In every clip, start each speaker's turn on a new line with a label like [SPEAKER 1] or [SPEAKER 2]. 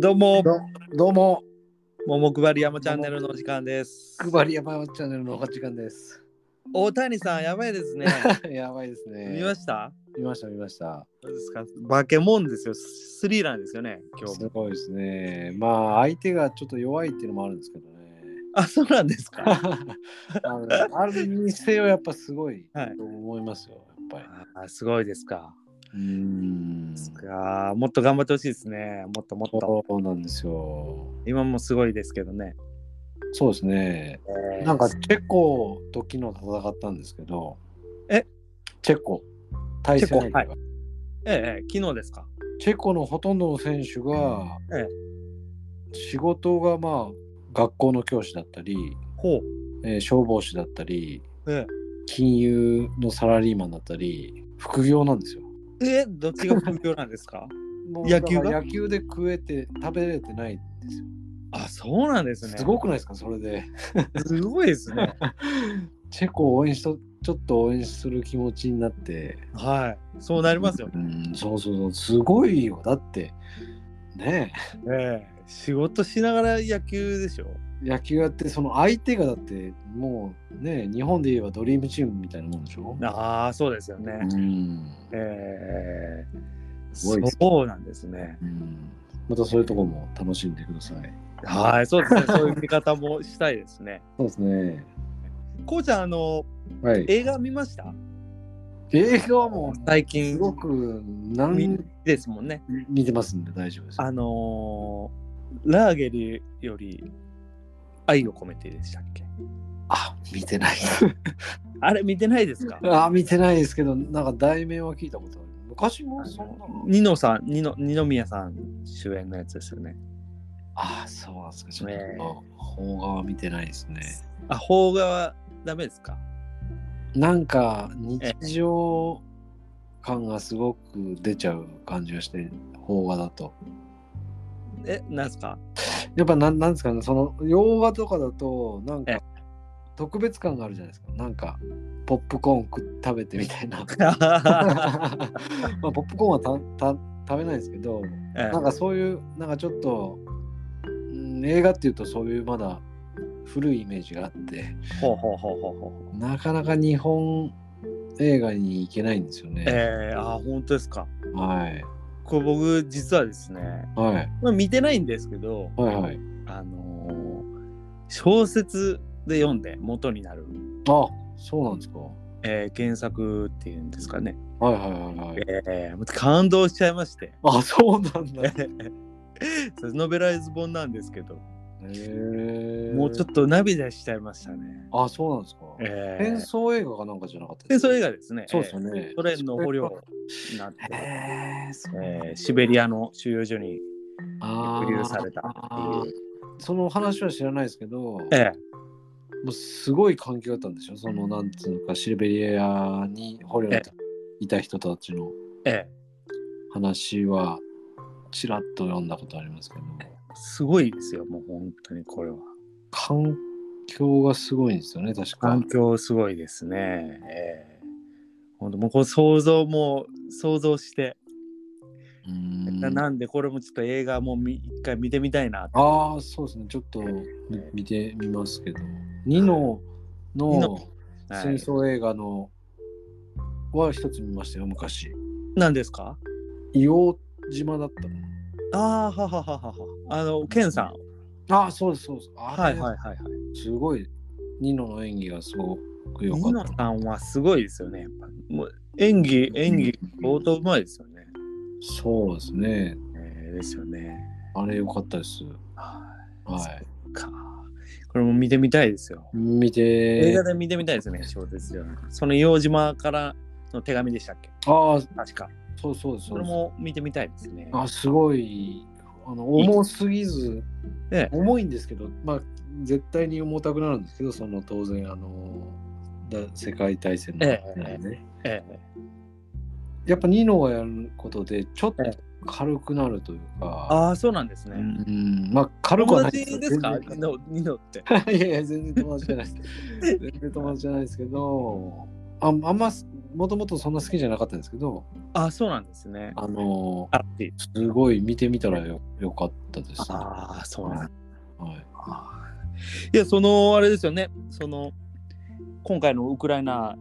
[SPEAKER 1] どうも、
[SPEAKER 2] どどうも、
[SPEAKER 1] 桃り山チャンネルのお時間です。
[SPEAKER 2] くばりやばチャンネルのお時間です。
[SPEAKER 1] 大谷さん、やばいですね。
[SPEAKER 2] やばいですね。
[SPEAKER 1] 見ました
[SPEAKER 2] 見ました、見ました。
[SPEAKER 1] どうですか化け物ですよ。ススリーランですよね、今日
[SPEAKER 2] す
[SPEAKER 1] も。
[SPEAKER 2] ごいですね。まあ、相手がちょっと弱いっていうのもあるんですけ どね。
[SPEAKER 1] あ、そうなんですか。
[SPEAKER 2] あのあるにせよ、やっぱすごい
[SPEAKER 1] はい
[SPEAKER 2] と思いますよ、やっぱ
[SPEAKER 1] あすごいですか。
[SPEAKER 2] り。うん。
[SPEAKER 1] い
[SPEAKER 2] そ
[SPEAKER 1] やーもっと頑張ってほしいですね。もっともっと。
[SPEAKER 2] うなんですよ。
[SPEAKER 1] 今もすごいですけどね。
[SPEAKER 2] そうですね。なんか、チェコと昨日戦ったんですけど、
[SPEAKER 1] え
[SPEAKER 2] チェコ、対戦相手
[SPEAKER 1] チェ
[SPEAKER 2] が
[SPEAKER 1] コええ、ええ、昨日ですか。
[SPEAKER 2] チェコのほとんどの選手が、
[SPEAKER 1] え
[SPEAKER 2] 仕事がまあ学校の教師だったり、
[SPEAKER 1] ほう。
[SPEAKER 2] えー消防士だったり
[SPEAKER 1] え
[SPEAKER 2] 金融のサラリーマンだったり副業なんですよ。
[SPEAKER 1] え、ええどっちが副業なんです か
[SPEAKER 2] もう
[SPEAKER 1] 野球が
[SPEAKER 2] だから野球で食えて食べれてないんですよ。
[SPEAKER 1] あ、そうなんですね。
[SPEAKER 2] すごくないですかそれで。
[SPEAKER 1] すごいですね。
[SPEAKER 2] チェコを応援しとちょっと応援する気持ちになって。
[SPEAKER 1] はい。そうなりますよね。
[SPEAKER 2] うんそうそうそうすごいよだってね
[SPEAKER 1] ええ、仕事しながら野球でしょ。
[SPEAKER 2] え野球やってその相手がだってもうねえ日本で言えばドリームチームみたいなもんでしょ。
[SPEAKER 1] ああ、そうですよね。
[SPEAKER 2] うん
[SPEAKER 1] えー、
[SPEAKER 2] すごいです
[SPEAKER 1] そうなんですね。
[SPEAKER 2] うんまたそういうところも楽しんでください。
[SPEAKER 1] はい、そう ですね。そういう見方もしたいですね。
[SPEAKER 2] そうですね。
[SPEAKER 1] こうちゃん、あの、
[SPEAKER 2] はい。
[SPEAKER 1] 映画見ました
[SPEAKER 2] 映画はも
[SPEAKER 1] 最
[SPEAKER 2] うす
[SPEAKER 1] 近
[SPEAKER 2] ごく
[SPEAKER 1] 見
[SPEAKER 2] 何
[SPEAKER 1] ですもんね。
[SPEAKER 2] 見てますんで大丈夫です。
[SPEAKER 1] あのーラーゲリより愛を込めてでしたっけ
[SPEAKER 2] あ見てない。
[SPEAKER 1] あれ見てないですか
[SPEAKER 2] あ見てないですけど、なんか題名は聞いたことある。昔もそんなの
[SPEAKER 1] ニノさん、ニノ二宮さん主演のやつですよね。
[SPEAKER 2] あそうなんですか。ちょっ
[SPEAKER 1] ね
[SPEAKER 2] と邦画は見てないですね。
[SPEAKER 1] あ、邦画はダメですか
[SPEAKER 2] なんか日常感がすごく出ちゃう感じがして、邦画だと。
[SPEAKER 1] え、なんです か
[SPEAKER 2] やっぱなんなんですかね、その洋画とかだと、なん
[SPEAKER 1] ええ
[SPEAKER 2] か特別感があるじゃないですか。なんかポップコーン食食べてみた いな。まあ、ポップコーンはたた食べないですけど、
[SPEAKER 1] え
[SPEAKER 2] なんかそういう、なんかちょっと、うん、映画っていうとそういうまだ古いイメージがあって、
[SPEAKER 1] ほうほうほうほうほうほう。
[SPEAKER 2] なかなか日本映画に行けないんですよね。
[SPEAKER 1] えー、あ、本当ですか。
[SPEAKER 2] はい。
[SPEAKER 1] これ僕実はですね、
[SPEAKER 2] はい。
[SPEAKER 1] まあ、見てないんですけど、
[SPEAKER 2] はいはい。
[SPEAKER 1] あのー小説で読んで元になる、
[SPEAKER 2] あそうなんですか。
[SPEAKER 1] えー原作っていうんですかね、
[SPEAKER 2] はいはいはいはい。
[SPEAKER 1] えー感動しちゃいまして
[SPEAKER 2] あそうなんだ。へ
[SPEAKER 1] それノベライズ本なんですけど、
[SPEAKER 2] え。
[SPEAKER 1] もうちょっと涙しちゃいましたね、
[SPEAKER 2] あ、そうなんですか。
[SPEAKER 1] え
[SPEAKER 2] 戦
[SPEAKER 1] ー、
[SPEAKER 2] 争映画かなんかじゃなかった
[SPEAKER 1] 戦争映
[SPEAKER 2] 画
[SPEAKER 1] 画ですね
[SPEAKER 2] そうですよね
[SPEAKER 1] えーソ連の捕虜になって、
[SPEAKER 2] へえ、そう
[SPEAKER 1] えーシベリアの収容所に
[SPEAKER 2] あ
[SPEAKER 1] 抑留された
[SPEAKER 2] あ
[SPEAKER 1] っていう、
[SPEAKER 2] ーその話は知らないですけど、
[SPEAKER 1] え
[SPEAKER 2] もうすごい環境だったんでしょその、なんつうか、シルベリアに捕虜にいた人たちの
[SPEAKER 1] ーえ
[SPEAKER 2] 話は、ちらっと読んだことありますけど、
[SPEAKER 1] ーすごいですよもう本当にこれは。
[SPEAKER 2] 環境がすごいんですよね、確か
[SPEAKER 1] 環。境すごいですね。ええ本当もうこう想像も想像して、
[SPEAKER 2] うーん
[SPEAKER 1] ななんでこれもちょっと映画もみ一回見てみたいな。
[SPEAKER 2] ああ、そうですね、ちょっとみ見てみますけど、ニノ
[SPEAKER 1] ニ
[SPEAKER 2] の
[SPEAKER 1] ノは
[SPEAKER 2] 戦
[SPEAKER 1] い、
[SPEAKER 2] 争映画のは一つ見ましたよ昔
[SPEAKER 1] なんですか
[SPEAKER 2] 硫黄島だった
[SPEAKER 1] ああははははは。あの、ケンさん。
[SPEAKER 2] のああそうですそうですあ
[SPEAKER 1] はい
[SPEAKER 2] れ
[SPEAKER 1] はいはいはい。
[SPEAKER 2] すごいニノの演技がすごく良か
[SPEAKER 1] ニ
[SPEAKER 2] っ
[SPEAKER 1] ノ
[SPEAKER 2] た
[SPEAKER 1] さんはすごいですよね。やっぱもう演技、演技、相当うまいですよね。
[SPEAKER 2] そうですね
[SPEAKER 1] ええですよね。
[SPEAKER 2] あれ良かったです
[SPEAKER 1] は。
[SPEAKER 2] はい
[SPEAKER 1] か。これも見てみたいですよ。
[SPEAKER 2] い見
[SPEAKER 1] 映
[SPEAKER 2] て
[SPEAKER 1] 画で見てみたいですね、小説じゃなくてその硫黄島からの手紙でしたっけ
[SPEAKER 2] ああ
[SPEAKER 1] 確か。
[SPEAKER 2] そうそうです
[SPEAKER 1] そ
[SPEAKER 2] そう
[SPEAKER 1] れ
[SPEAKER 2] です
[SPEAKER 1] も見てみたいですね。
[SPEAKER 2] あすごいあの重すぎず
[SPEAKER 1] ええ
[SPEAKER 2] 重いんですけどまあ絶対に重たくなるんですけどその当然あのだ世界大戦の、
[SPEAKER 1] ええ
[SPEAKER 2] ね
[SPEAKER 1] え
[SPEAKER 2] やっぱニノがやることでちょっと
[SPEAKER 1] え
[SPEAKER 2] 軽くなるというか、
[SPEAKER 1] ああ、そうなんですね。
[SPEAKER 2] うん、まあ軽く
[SPEAKER 1] 友
[SPEAKER 2] はない
[SPEAKER 1] 達ですかニ
[SPEAKER 2] 全然
[SPEAKER 1] ノニノって。
[SPEAKER 2] いやいや全然友達じゃないです全然友達じゃないですけどああんまもともとそんな好きじゃなかったんですけど、
[SPEAKER 1] あ、そうなんですね。
[SPEAKER 2] あの
[SPEAKER 1] あっていう
[SPEAKER 2] ーすごい見てみたらよよかったです、ね。は
[SPEAKER 1] ああ、そうなんだ。
[SPEAKER 2] い、
[SPEAKER 1] いや、その、あれですよね。その、今回のウクライナ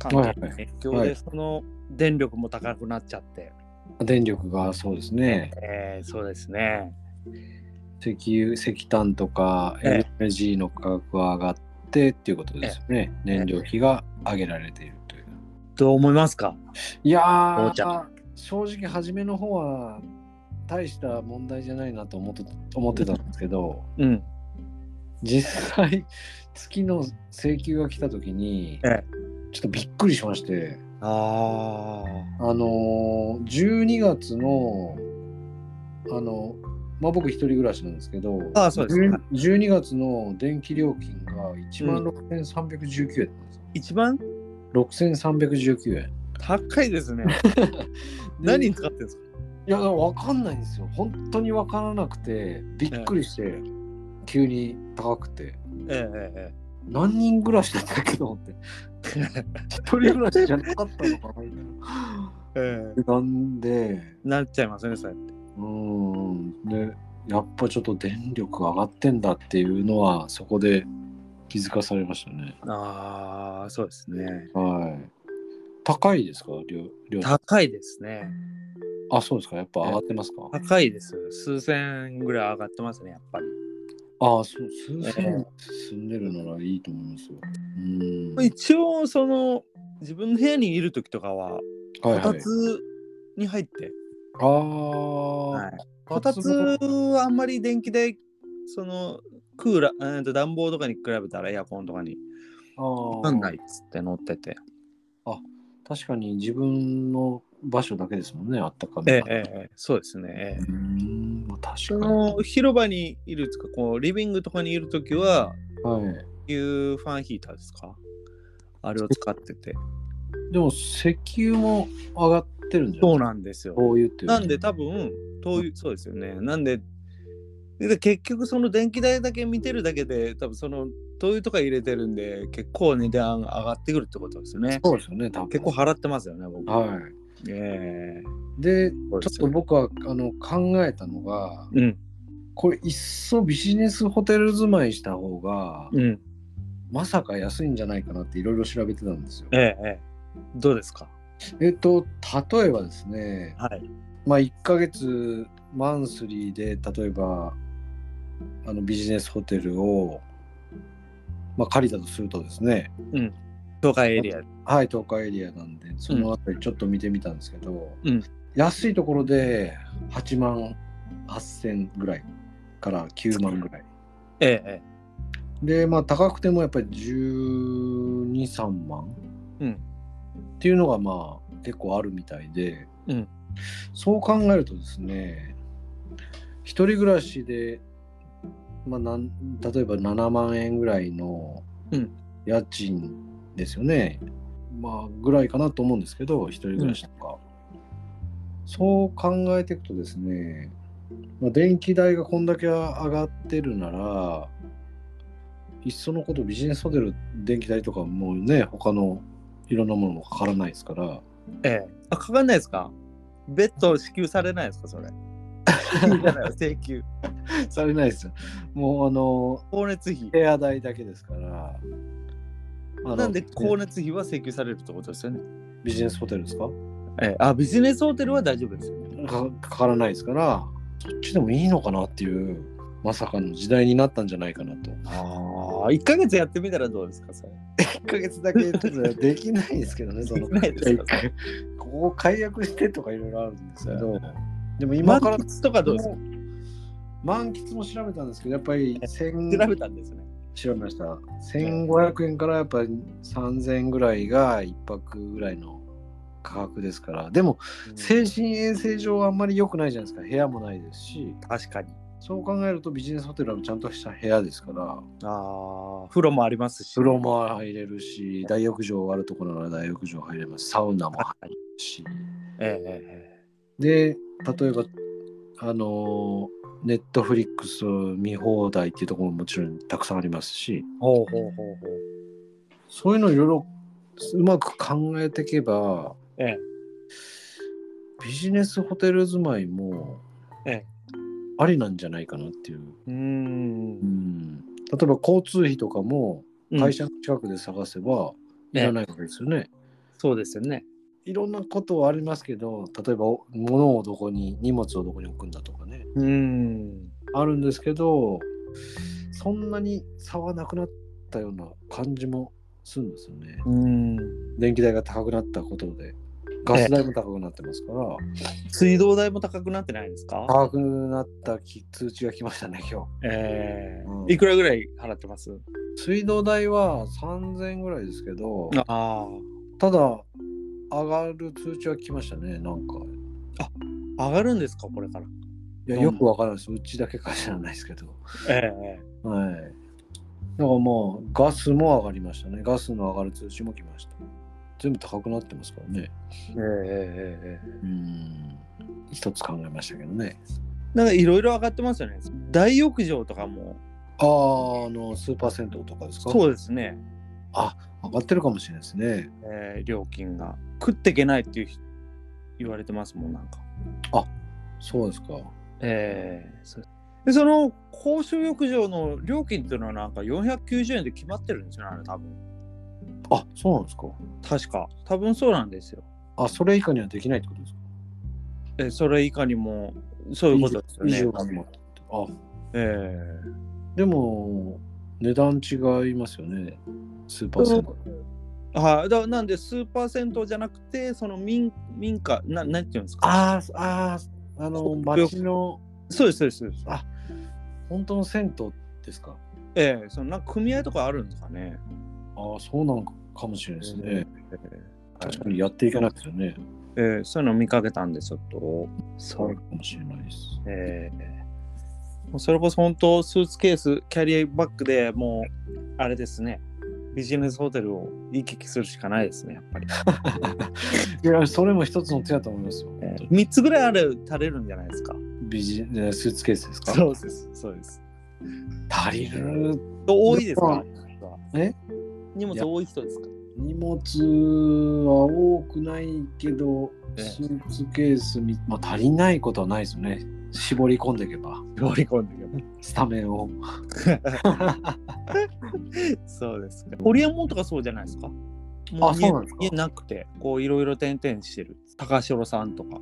[SPEAKER 1] 関係の影響
[SPEAKER 2] はいは
[SPEAKER 1] で、
[SPEAKER 2] い
[SPEAKER 1] その、電力も高くなっちゃって。
[SPEAKER 2] 電力がそうですね
[SPEAKER 1] えー、そうですね。
[SPEAKER 2] 石油石炭とか
[SPEAKER 1] え
[SPEAKER 2] LNG の価格が上がってっていうことですよね燃料費が上げられているという
[SPEAKER 1] どう思いますか
[SPEAKER 2] いや
[SPEAKER 1] そうじゃ
[SPEAKER 2] ー正直初めの方は大した問題じゃないなと思って思ってたんですけど
[SPEAKER 1] うん。
[SPEAKER 2] 実際月の請求が来た時に
[SPEAKER 1] ええ
[SPEAKER 2] ちょっとびっくりしまして
[SPEAKER 1] あ
[SPEAKER 2] あのー12月のあのまあ僕一人暮らしなんですけど
[SPEAKER 1] ああそうですね
[SPEAKER 2] 10 12月の電気料金が1万6319円だったんですよ、
[SPEAKER 1] 一番
[SPEAKER 2] 6319円
[SPEAKER 1] 高い ですね。何に
[SPEAKER 2] い
[SPEAKER 1] 使ってるんですか
[SPEAKER 2] や分かんないんですよ本当に分からなくてびっくりして、急に高くて
[SPEAKER 1] えええええ
[SPEAKER 2] 何人暮らしだったっけと思って一人暮らしじゃなかったのかなみたいな
[SPEAKER 1] ええ
[SPEAKER 2] なんで
[SPEAKER 1] えなっちゃいますね、それ。
[SPEAKER 2] うーんでやっぱちょっと電力上がってんだっていうのはそこで気づかされましたね。
[SPEAKER 1] ああ、そうですね。
[SPEAKER 2] はい。高いですか量量
[SPEAKER 1] 高いですね。
[SPEAKER 2] あそうですかやっぱ上がってますか
[SPEAKER 1] 高いです。数千ぐらい上がってますね、やっぱり。
[SPEAKER 2] あそう数千住んでるならいいと思いますよ。うーん。はい
[SPEAKER 1] 一応、その、自分の部屋にいる時とかは、こ
[SPEAKER 2] は
[SPEAKER 1] た
[SPEAKER 2] い
[SPEAKER 1] つ。に入って、
[SPEAKER 2] ああ、
[SPEAKER 1] はいこたつはあんまり電気で、その、クーラー、えーと暖房とかに比べたらエアコンとかに、
[SPEAKER 2] あー
[SPEAKER 1] なんないっつって乗ってて。
[SPEAKER 2] 確かに自分の場所だけですもんねあったかめ
[SPEAKER 1] ええ
[SPEAKER 2] は。
[SPEAKER 1] ええええそうですね。ええ
[SPEAKER 2] うーんまあ
[SPEAKER 1] そ
[SPEAKER 2] 確かに。
[SPEAKER 1] の広場にいるつかこうリビングとかにいるときは
[SPEAKER 2] はい。
[SPEAKER 1] いうファンヒーターですかあれを使ってて
[SPEAKER 2] でも石油も上がってるんじゃな
[SPEAKER 1] そ
[SPEAKER 2] い
[SPEAKER 1] う
[SPEAKER 2] ですか
[SPEAKER 1] なんですよ
[SPEAKER 2] 灯油っていうの
[SPEAKER 1] なんで多分灯油そうですよねなんでで結局その電気代だけ見てるだけで多分その灯油とか入れてるんで結構値段上がってくるってことですよね
[SPEAKER 2] そうですよね、多分。
[SPEAKER 1] 結構払ってますよね僕
[SPEAKER 2] は
[SPEAKER 1] ええ
[SPEAKER 2] い。で、ち
[SPEAKER 1] そう
[SPEAKER 2] ょっ
[SPEAKER 1] です
[SPEAKER 2] と
[SPEAKER 1] よ
[SPEAKER 2] 僕はあの考えたのが、
[SPEAKER 1] うん
[SPEAKER 2] これ、いっそビジネスホテル住まいした方が、
[SPEAKER 1] うん
[SPEAKER 2] まさか安いんじゃないかなっていろいろ調べてたんですよ
[SPEAKER 1] え。えええどうですか
[SPEAKER 2] えっと、例えばですね、
[SPEAKER 1] はい
[SPEAKER 2] まあ、1ヶ月マンスリーで、例えば、あのビジネスホテルを、まあ、借りたとするとですね、
[SPEAKER 1] 東海エリア
[SPEAKER 2] はい、東海エリアなんで、そのあたりちょっと見てみたんですけど、
[SPEAKER 1] うん
[SPEAKER 2] 安いところで8万8000ぐらいから9万ぐらい。
[SPEAKER 1] えええ
[SPEAKER 2] で、まあ高くてもやっぱり12、3万、
[SPEAKER 1] うん
[SPEAKER 2] っていうのがまあ結構あるみたいで、
[SPEAKER 1] うん
[SPEAKER 2] そう考えるとですね、一人暮らしで、まあ、なん例えば7万円ぐらいの
[SPEAKER 1] うん
[SPEAKER 2] 家賃ですよね、まあぐらいかなと思うんですけど、一人暮らしとか。そう考えていくとですね、まあ、電気代がこんだけ上がってるなら、いっそのことビジネスホテル電気代とかもうね、他のいろんなものもかからないですから、
[SPEAKER 1] ええあ、かかんないですか別途支給されないですかそれ。 支給じゃない請求。
[SPEAKER 2] されないですよ。もうあの、
[SPEAKER 1] 光熱費
[SPEAKER 2] 部。屋代だけですから。あの
[SPEAKER 1] なんで光熱費は請求されるってことですよね。
[SPEAKER 2] ビジネスホテルですか
[SPEAKER 1] ええあ、ビジネスホテルは大丈夫ですよね。
[SPEAKER 2] かかからないですから、そっちでもいいのかなっていう、まさかの時代になったんじゃないかなと。
[SPEAKER 1] ああ、1ヶ月やってみたらどうですかそれ。
[SPEAKER 2] 1ヶ月だけちょっと できないですけどね、そ
[SPEAKER 1] で
[SPEAKER 2] の。
[SPEAKER 1] きないですか
[SPEAKER 2] ここ解約してとかいろいろあるんですけど、でも
[SPEAKER 1] 今
[SPEAKER 2] 今
[SPEAKER 1] か
[SPEAKER 2] からら
[SPEAKER 1] とかどうですか
[SPEAKER 2] 満喫も調べたんですけど、やっぱり1000
[SPEAKER 1] 調べたんですね。
[SPEAKER 2] 調べました。1500円からやっぱり3000円ぐらいが1泊ぐらいの価格ですから、でも精神衛生上はあんまり良くないじゃないですか、部屋もないですし、
[SPEAKER 1] 確かに。
[SPEAKER 2] そう考えるとビジネスホテルはちゃんとした部屋ですから、
[SPEAKER 1] ああ、風呂もありますし。
[SPEAKER 2] 風呂も入れるし、大浴場あるところなら大浴場入れます、サウナも入るし。
[SPEAKER 1] えええ
[SPEAKER 2] で、例えば、あのネットフリックス見放題っていうところももちろんたくさんありますし、
[SPEAKER 1] えほうほうほうほう。
[SPEAKER 2] そういうのいろいろうまく考えていけば、
[SPEAKER 1] ええ
[SPEAKER 2] ビジネスホテル住まいも、
[SPEAKER 1] ええ
[SPEAKER 2] ありなんじゃないかなっていう、
[SPEAKER 1] うー。
[SPEAKER 2] うんん、例えば交通費とかも会社の近くで探せばい
[SPEAKER 1] ええ
[SPEAKER 2] らないわけですよね。
[SPEAKER 1] そうですよね。
[SPEAKER 2] いろんなことはありますけど例えばお物をどこに荷物をどこに置くんだとかね
[SPEAKER 1] うーん。
[SPEAKER 2] あるんですけどそんなに差はなくなったような感じもするんですよね。
[SPEAKER 1] うーん。
[SPEAKER 2] 電気代が高くなったことでガス代も高くなってますから、
[SPEAKER 1] 水道代も高くなってないですか
[SPEAKER 2] 高くなったき通知が来ましたね今
[SPEAKER 1] ええ
[SPEAKER 2] うん
[SPEAKER 1] いくらぐらい払ってます
[SPEAKER 2] 日水道代は3000円ぐらいですけど
[SPEAKER 1] ああ。
[SPEAKER 2] ただ上がる通知は来ましたねなんか
[SPEAKER 1] 上がるんですかこれから。
[SPEAKER 2] いやよくわからないですうちだけか知らないですけど
[SPEAKER 1] え
[SPEAKER 2] はい。だからまあ、ガスも上がりましたね。ガスの上がる通知も来ました。全部高くなってますからね。
[SPEAKER 1] えええええ
[SPEAKER 2] うん。一つ考えましたけどね。
[SPEAKER 1] なんかいろいろ上がってますよね。大浴場とかも。
[SPEAKER 2] ああ、あの、スーパー銭湯とかですか。
[SPEAKER 1] そううですね。
[SPEAKER 2] 上がってるかもしれないですね。
[SPEAKER 1] ええ料金が。食っていけないっていう人言われてますもん、なんか。
[SPEAKER 2] そうですか。
[SPEAKER 1] ええそうでその公衆浴場の料金っていうのはなんか490円で決まってるんですよね、あれ多分。
[SPEAKER 2] あ、そうなんですか。
[SPEAKER 1] 確か。多分そうなんですよ。
[SPEAKER 2] あ、それ以下にはできないってことですか
[SPEAKER 1] えそれ以下にも、そういうことですよ
[SPEAKER 2] 以
[SPEAKER 1] ね。
[SPEAKER 2] 上以
[SPEAKER 1] 多
[SPEAKER 2] 上に
[SPEAKER 1] 分
[SPEAKER 2] もあ、
[SPEAKER 1] え
[SPEAKER 2] でも、値段違いますよね。スーパー銭湯。
[SPEAKER 1] えはい、だなんで、スーパー銭湯じゃなくて、その民民家、ななんていうんですか。
[SPEAKER 2] あーあー、あの、町の、
[SPEAKER 1] そうです、そうですそうです。
[SPEAKER 2] あ本当の銭湯ですか
[SPEAKER 1] ええそのなんか組合とかあるんですかね。
[SPEAKER 2] ああ、そうなのかもしれないですね。
[SPEAKER 1] え
[SPEAKER 2] 確かにやっていかなくてね。
[SPEAKER 1] えええそういうの見かけたんで、ちょっと。
[SPEAKER 2] そうかもしれないです。
[SPEAKER 1] ええもうそれこそ本当、スーツケース、キャリアバッグでもう、あれですね、ビジネスホテルを行き来するしかないですね、やっぱり。
[SPEAKER 2] いや、それも一つの手だと思いますよ。
[SPEAKER 1] ええ三3つぐらいあれ、足れるんじゃないですか。
[SPEAKER 2] ビジネススーツケースですか
[SPEAKER 1] そうです、そうです。
[SPEAKER 2] 足りる
[SPEAKER 1] 多いですか
[SPEAKER 2] え
[SPEAKER 1] 荷物多い人ですか
[SPEAKER 2] 荷物は多くないけど、
[SPEAKER 1] ええ
[SPEAKER 2] スーツケースみ、まあ、足りないことはないですよね。絞り込んでいけば、
[SPEAKER 1] 絞り込んで
[SPEAKER 2] スタメンを。
[SPEAKER 1] けば。そうですか。ホリエモンとかそうじゃないですかも
[SPEAKER 2] あそうなんですか
[SPEAKER 1] 家家なくて、こういろいろ点々してる。高城さんとか。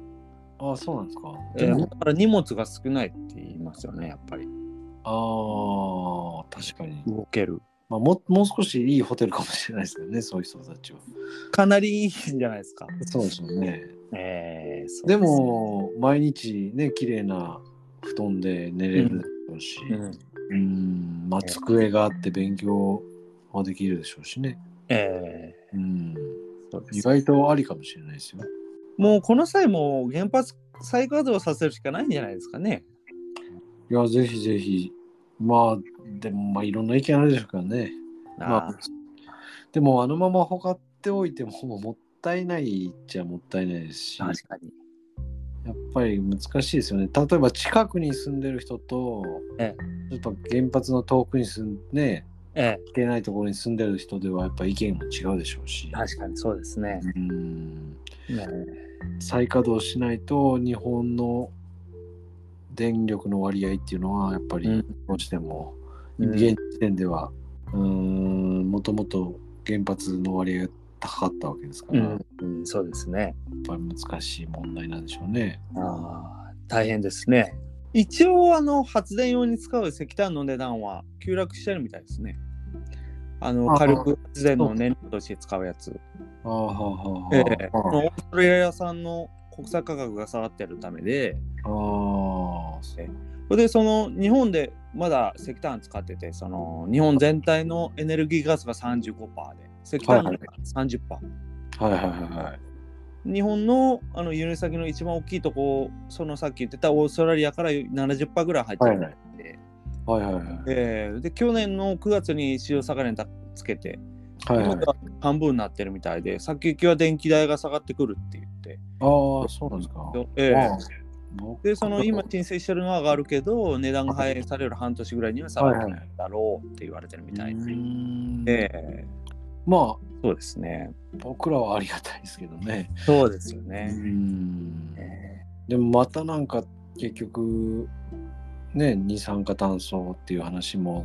[SPEAKER 2] ああ、そうなんですか。
[SPEAKER 1] え
[SPEAKER 2] で
[SPEAKER 1] え
[SPEAKER 2] も
[SPEAKER 1] だから荷物が少ないって言いますよね、やっぱり。
[SPEAKER 2] ああ、確かに。
[SPEAKER 1] 動ける。
[SPEAKER 2] まあ、ももう少しいいホテルかもしれないですけどね、そういう人たちは。
[SPEAKER 1] かなりいいんじゃないですか。
[SPEAKER 2] そうですよね。
[SPEAKER 1] えー、そう
[SPEAKER 2] で
[SPEAKER 1] ね、
[SPEAKER 2] すも毎日ね綺麗な布団で寝れるでしょうし、
[SPEAKER 1] う
[SPEAKER 2] うん
[SPEAKER 1] ん
[SPEAKER 2] まあ、机があって勉強はできるでしょうしね、
[SPEAKER 1] え
[SPEAKER 2] うん、
[SPEAKER 1] ーそうです
[SPEAKER 2] 意外とありかもしれないですよ。
[SPEAKER 1] もうこの際もう原発再稼働させるしかないんじゃないですかね。
[SPEAKER 2] いやぜひぜひまあでもまあいろんな意見あるでしょうからね、ま
[SPEAKER 1] あ
[SPEAKER 2] あ、でもあのまま放っておいてももったいないっちゃもったいないですし
[SPEAKER 1] ー確かに。
[SPEAKER 2] やっぱり難しいですよね。例えば近くに住んでる人と、
[SPEAKER 1] え
[SPEAKER 2] やっぱ原発の遠くに住んで、
[SPEAKER 1] え
[SPEAKER 2] 行けないところに住んでる人ではやっぱ意見も違うでしょうし
[SPEAKER 1] え、確かにそうですね。
[SPEAKER 2] うん
[SPEAKER 1] ね
[SPEAKER 2] 再稼働しないと日本の電力の割合っていうのはやっぱ
[SPEAKER 1] うん
[SPEAKER 2] りどうしても
[SPEAKER 1] うん
[SPEAKER 2] 現時点ではうんもともと原発の割合が高かったわけですか
[SPEAKER 1] う
[SPEAKER 2] ら、
[SPEAKER 1] ん
[SPEAKER 2] やっ、
[SPEAKER 1] うん、そうですね。
[SPEAKER 2] ぱり難しい問題なんでしょうね。
[SPEAKER 1] あー大変ですね。一応あの発電用に使う石炭の値段は急落してるみたいですね。あの
[SPEAKER 2] あー
[SPEAKER 1] 火力発電の燃料として使うやつ。
[SPEAKER 2] ああはあはあはあ
[SPEAKER 1] ええオーストラリア産の国際価格が下がってるためで、
[SPEAKER 2] ああそう
[SPEAKER 1] それでその日本でまだ石炭使っててその日本全体のエネルギーガスが35%で石炭が
[SPEAKER 2] はい
[SPEAKER 1] 30%、
[SPEAKER 2] はいはいはいはい。
[SPEAKER 1] 日本のあの輸入先の一番大きいとこそのさっき言ってたオーストラリアから70%ぐらい入ってるんで、
[SPEAKER 2] はいはいはいはい。
[SPEAKER 1] えーで去年の9月に市場下がりにつけて
[SPEAKER 2] はいはい
[SPEAKER 1] 今、が半分になってるみたいで先行きは電気代が下がってくるって言って、
[SPEAKER 2] ああ、そうなんですか。
[SPEAKER 1] えー
[SPEAKER 2] ああ僕
[SPEAKER 1] でその今申請してるのは上がるけど値段が反映される半年ぐらいには下がるだろうって言われてるみたいで
[SPEAKER 2] うーん
[SPEAKER 1] ええ
[SPEAKER 2] まあ
[SPEAKER 1] そうですね。
[SPEAKER 2] 僕らはありがたいですけどね。
[SPEAKER 1] そうですよ
[SPEAKER 2] う
[SPEAKER 1] ね。
[SPEAKER 2] ん
[SPEAKER 1] え
[SPEAKER 2] でもまたなんか結局ね二酸化炭素っていう話も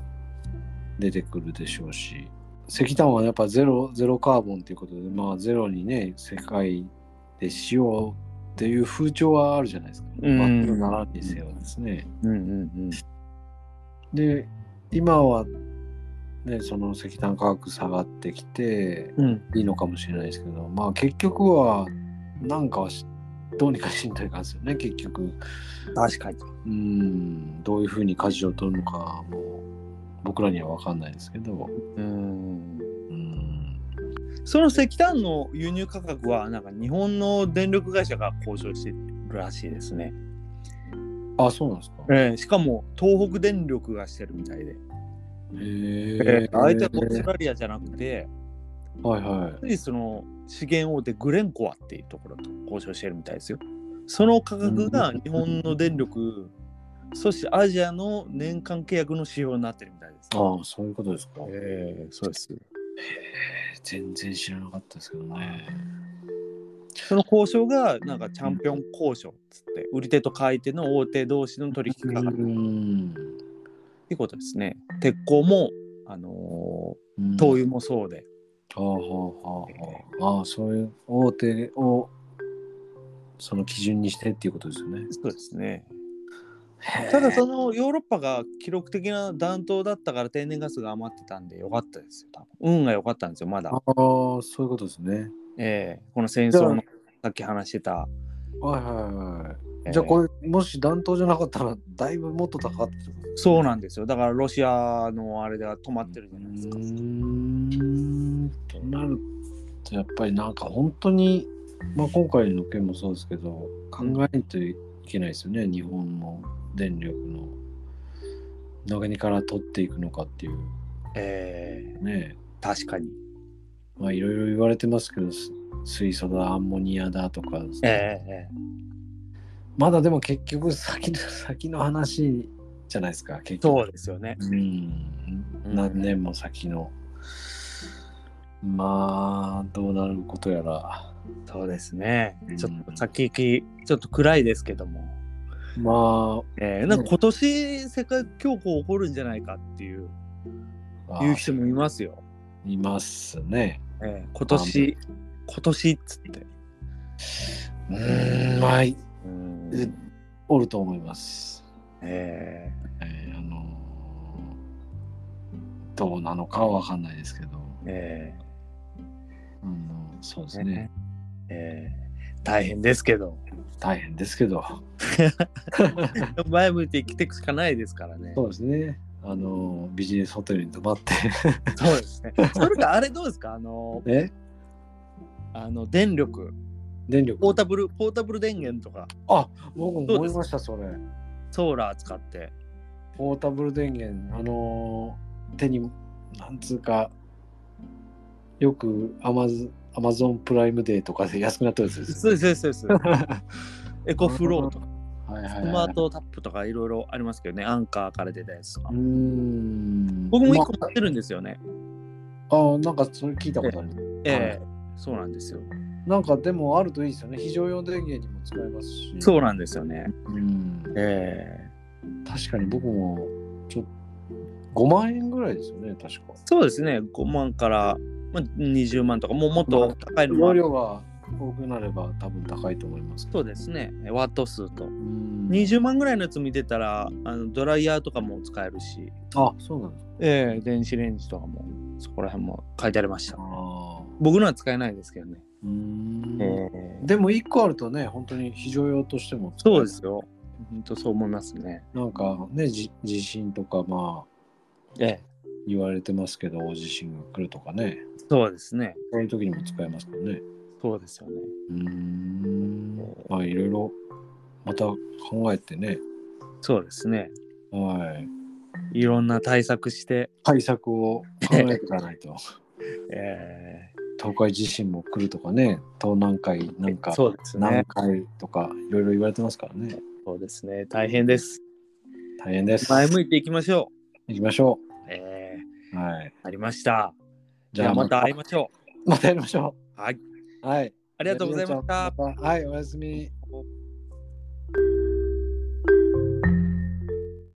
[SPEAKER 2] 出てくるでしょうし石炭はやっぱゼロゼロカーボンっていうことでまあゼロにね世界でしようっていう風潮はあるじゃないですか。
[SPEAKER 1] うん
[SPEAKER 2] まあならにせよですね。
[SPEAKER 1] ーうんうん
[SPEAKER 2] で今はねその石炭価格下がってきて
[SPEAKER 1] うん。うん。
[SPEAKER 2] いいのかもしれないですけどまあ結局はなんかはしどうにかしんといかんですよね結局
[SPEAKER 1] 確かに。
[SPEAKER 2] うんどういうふうに舵を取るのかも僕らには分かんないですけど
[SPEAKER 1] うん。
[SPEAKER 2] うん
[SPEAKER 1] その石炭の輸入価格はなんか日本の電力会社が交渉してるらしいですね。
[SPEAKER 2] あそうなんですか
[SPEAKER 1] ええしかも東北電力がしてるみたいで。
[SPEAKER 2] へえ
[SPEAKER 1] 相手はオーストラリアじゃなくて、
[SPEAKER 2] はいはい
[SPEAKER 1] スイスの資源大手グレンコアっていうところと交渉してるみたいですよ。その価格が日本の電力、そしてアジアの年間契約の指標になってるみたいです。
[SPEAKER 2] ああそういうことですか
[SPEAKER 1] ええそうです。
[SPEAKER 2] 全然知らなかったですけどね
[SPEAKER 1] その交渉がなんかチャンピオン交渉っつって、売り手と買い手の大手同士の取
[SPEAKER 2] う
[SPEAKER 1] 引価格
[SPEAKER 2] ん
[SPEAKER 1] っていうことですね。鉄鋼も、あのー灯油もそうで。
[SPEAKER 2] はあはあはあはああそういう大手をその基準にしてっていうことですよね
[SPEAKER 1] そうですね。
[SPEAKER 2] た
[SPEAKER 1] ただそのヨーロッパが記録的な暖冬だったから天然ガスが余ってたんでよかったですよ。多分運が良かったんですよ、まだ
[SPEAKER 2] あ。あそういうことですね
[SPEAKER 1] ええこの戦争
[SPEAKER 2] じ
[SPEAKER 1] のさっき話してた。
[SPEAKER 2] はいはいは
[SPEAKER 1] ええ
[SPEAKER 2] いじゃあこれもし暖冬じゃなかったらだいぶもっと高かったってこと
[SPEAKER 1] そうなんですよ。だからロシアのあれでは止まってるじゃないですか
[SPEAKER 2] う。ーんとなるとやっぱりなんか本当に、まあ、今回の件もそうですけど考えないといけないですよね、日本の電力の何から取っていくのかっていう
[SPEAKER 1] ええ
[SPEAKER 2] ね
[SPEAKER 1] 確かに。
[SPEAKER 2] まあいろいろ言われてますけどす水素だアンモニアだとか、
[SPEAKER 1] えええ
[SPEAKER 2] まだでも結局先の 先の話じゃないですか結
[SPEAKER 1] え
[SPEAKER 2] 局
[SPEAKER 1] そうですよね。
[SPEAKER 2] うん
[SPEAKER 1] うん
[SPEAKER 2] 何年も先の、まあどうなることやら
[SPEAKER 1] そうですね
[SPEAKER 2] う。ん
[SPEAKER 1] ちょっと先行き、ちょっと暗いですけども。
[SPEAKER 2] ま
[SPEAKER 1] ええなんか今年世界恐慌起こるんじゃないかっていう
[SPEAKER 2] あ
[SPEAKER 1] いう人もいますよ。
[SPEAKER 2] いますね
[SPEAKER 1] ええ今年、今年っつって。
[SPEAKER 2] うーんまあい
[SPEAKER 1] うん
[SPEAKER 2] えおると思います、
[SPEAKER 1] え
[SPEAKER 2] えーあのーどうなのかは分かんないですけど、
[SPEAKER 1] ええ
[SPEAKER 2] あのーそうです
[SPEAKER 1] え
[SPEAKER 2] ね
[SPEAKER 1] ええ大変ですけ ど、
[SPEAKER 2] 大変ですけど
[SPEAKER 1] 前向いて生きていくしかないですからね。
[SPEAKER 2] そうですねあのービジネスホテルに泊まって
[SPEAKER 1] そうですね。それかあれどうですかあの、
[SPEAKER 2] え
[SPEAKER 1] あの電力、
[SPEAKER 2] 電力
[SPEAKER 1] ポータブル、ポータブル電源とか、
[SPEAKER 2] あ僕思いましたそれ
[SPEAKER 1] ソーラー使って。
[SPEAKER 2] ポータブル電源、あのー手に、なんつうか、よくアマゾアマゾンプライムデーとかで安くなったやつです
[SPEAKER 1] そう
[SPEAKER 2] よ
[SPEAKER 1] で
[SPEAKER 2] ね。
[SPEAKER 1] す、そうですそうです。 エコフローとか、
[SPEAKER 2] はいはい
[SPEAKER 1] ス
[SPEAKER 2] はい
[SPEAKER 1] マートタップとかいろいろありますけどね、アンカーから出たやつとか
[SPEAKER 2] うー。ん。
[SPEAKER 1] 僕も一個
[SPEAKER 2] ま
[SPEAKER 1] 持ってるんですよね。
[SPEAKER 2] ああ、なんかそれ聞いたことある。
[SPEAKER 1] ええそうなんですよ。
[SPEAKER 2] なんかでもあるといいですよね。非常用電源にも使えますし。
[SPEAKER 1] そうなんですよね。
[SPEAKER 2] うん。
[SPEAKER 1] ええ
[SPEAKER 2] 確かに僕も、ちょっと、5万円ぐらいですよね、確か。
[SPEAKER 1] そうですね、5万から、まあ、20万とか、もうもっと高いのもあ
[SPEAKER 2] 容
[SPEAKER 1] る。
[SPEAKER 2] 量が多くなれば多分高いと思いますけど。
[SPEAKER 1] そうですね、ワット数と。
[SPEAKER 2] うん
[SPEAKER 1] 20万ぐらいのやつ見てたら、あのドライヤーとかも使えるし、
[SPEAKER 2] あ、そうなんですか
[SPEAKER 1] ええ電子レンジとかも、そこら辺も書いてありました。
[SPEAKER 2] ああ
[SPEAKER 1] 僕のは使えないですけどね。
[SPEAKER 2] うーん
[SPEAKER 1] ええ
[SPEAKER 2] でも1個あるとね、本当に非常用としても、
[SPEAKER 1] そうで。すよ。本当そう思いますね。
[SPEAKER 2] なんかね、じ地震とか、まあ、
[SPEAKER 1] ええ
[SPEAKER 2] 言われてますけど、大地震が来るとかね、
[SPEAKER 1] そうですね。
[SPEAKER 2] そういう時にも使えますけどね。
[SPEAKER 1] そうですよね。
[SPEAKER 2] うーん。まあ、いろいろ、また考えてね、
[SPEAKER 1] そうですね。
[SPEAKER 2] はい。
[SPEAKER 1] いろんな対策して、
[SPEAKER 2] 対策を考えていかない と。
[SPEAKER 1] ええ
[SPEAKER 2] 東海地震も来るとかね、東南海なんか、
[SPEAKER 1] そうです
[SPEAKER 2] 南
[SPEAKER 1] ね。
[SPEAKER 2] 海とか、いろいろ言われてますからね。
[SPEAKER 1] そうですね。大変です。
[SPEAKER 2] 大変です。
[SPEAKER 1] 前向いていきましょ
[SPEAKER 2] 行きましょ
[SPEAKER 1] う。ええ
[SPEAKER 2] う。はい。
[SPEAKER 1] ありました。じゃあまた会いましょ
[SPEAKER 2] またやりましょ
[SPEAKER 1] う。はい。
[SPEAKER 2] う。はい。
[SPEAKER 1] ありがとうございました。
[SPEAKER 2] た。はい、おやすみ。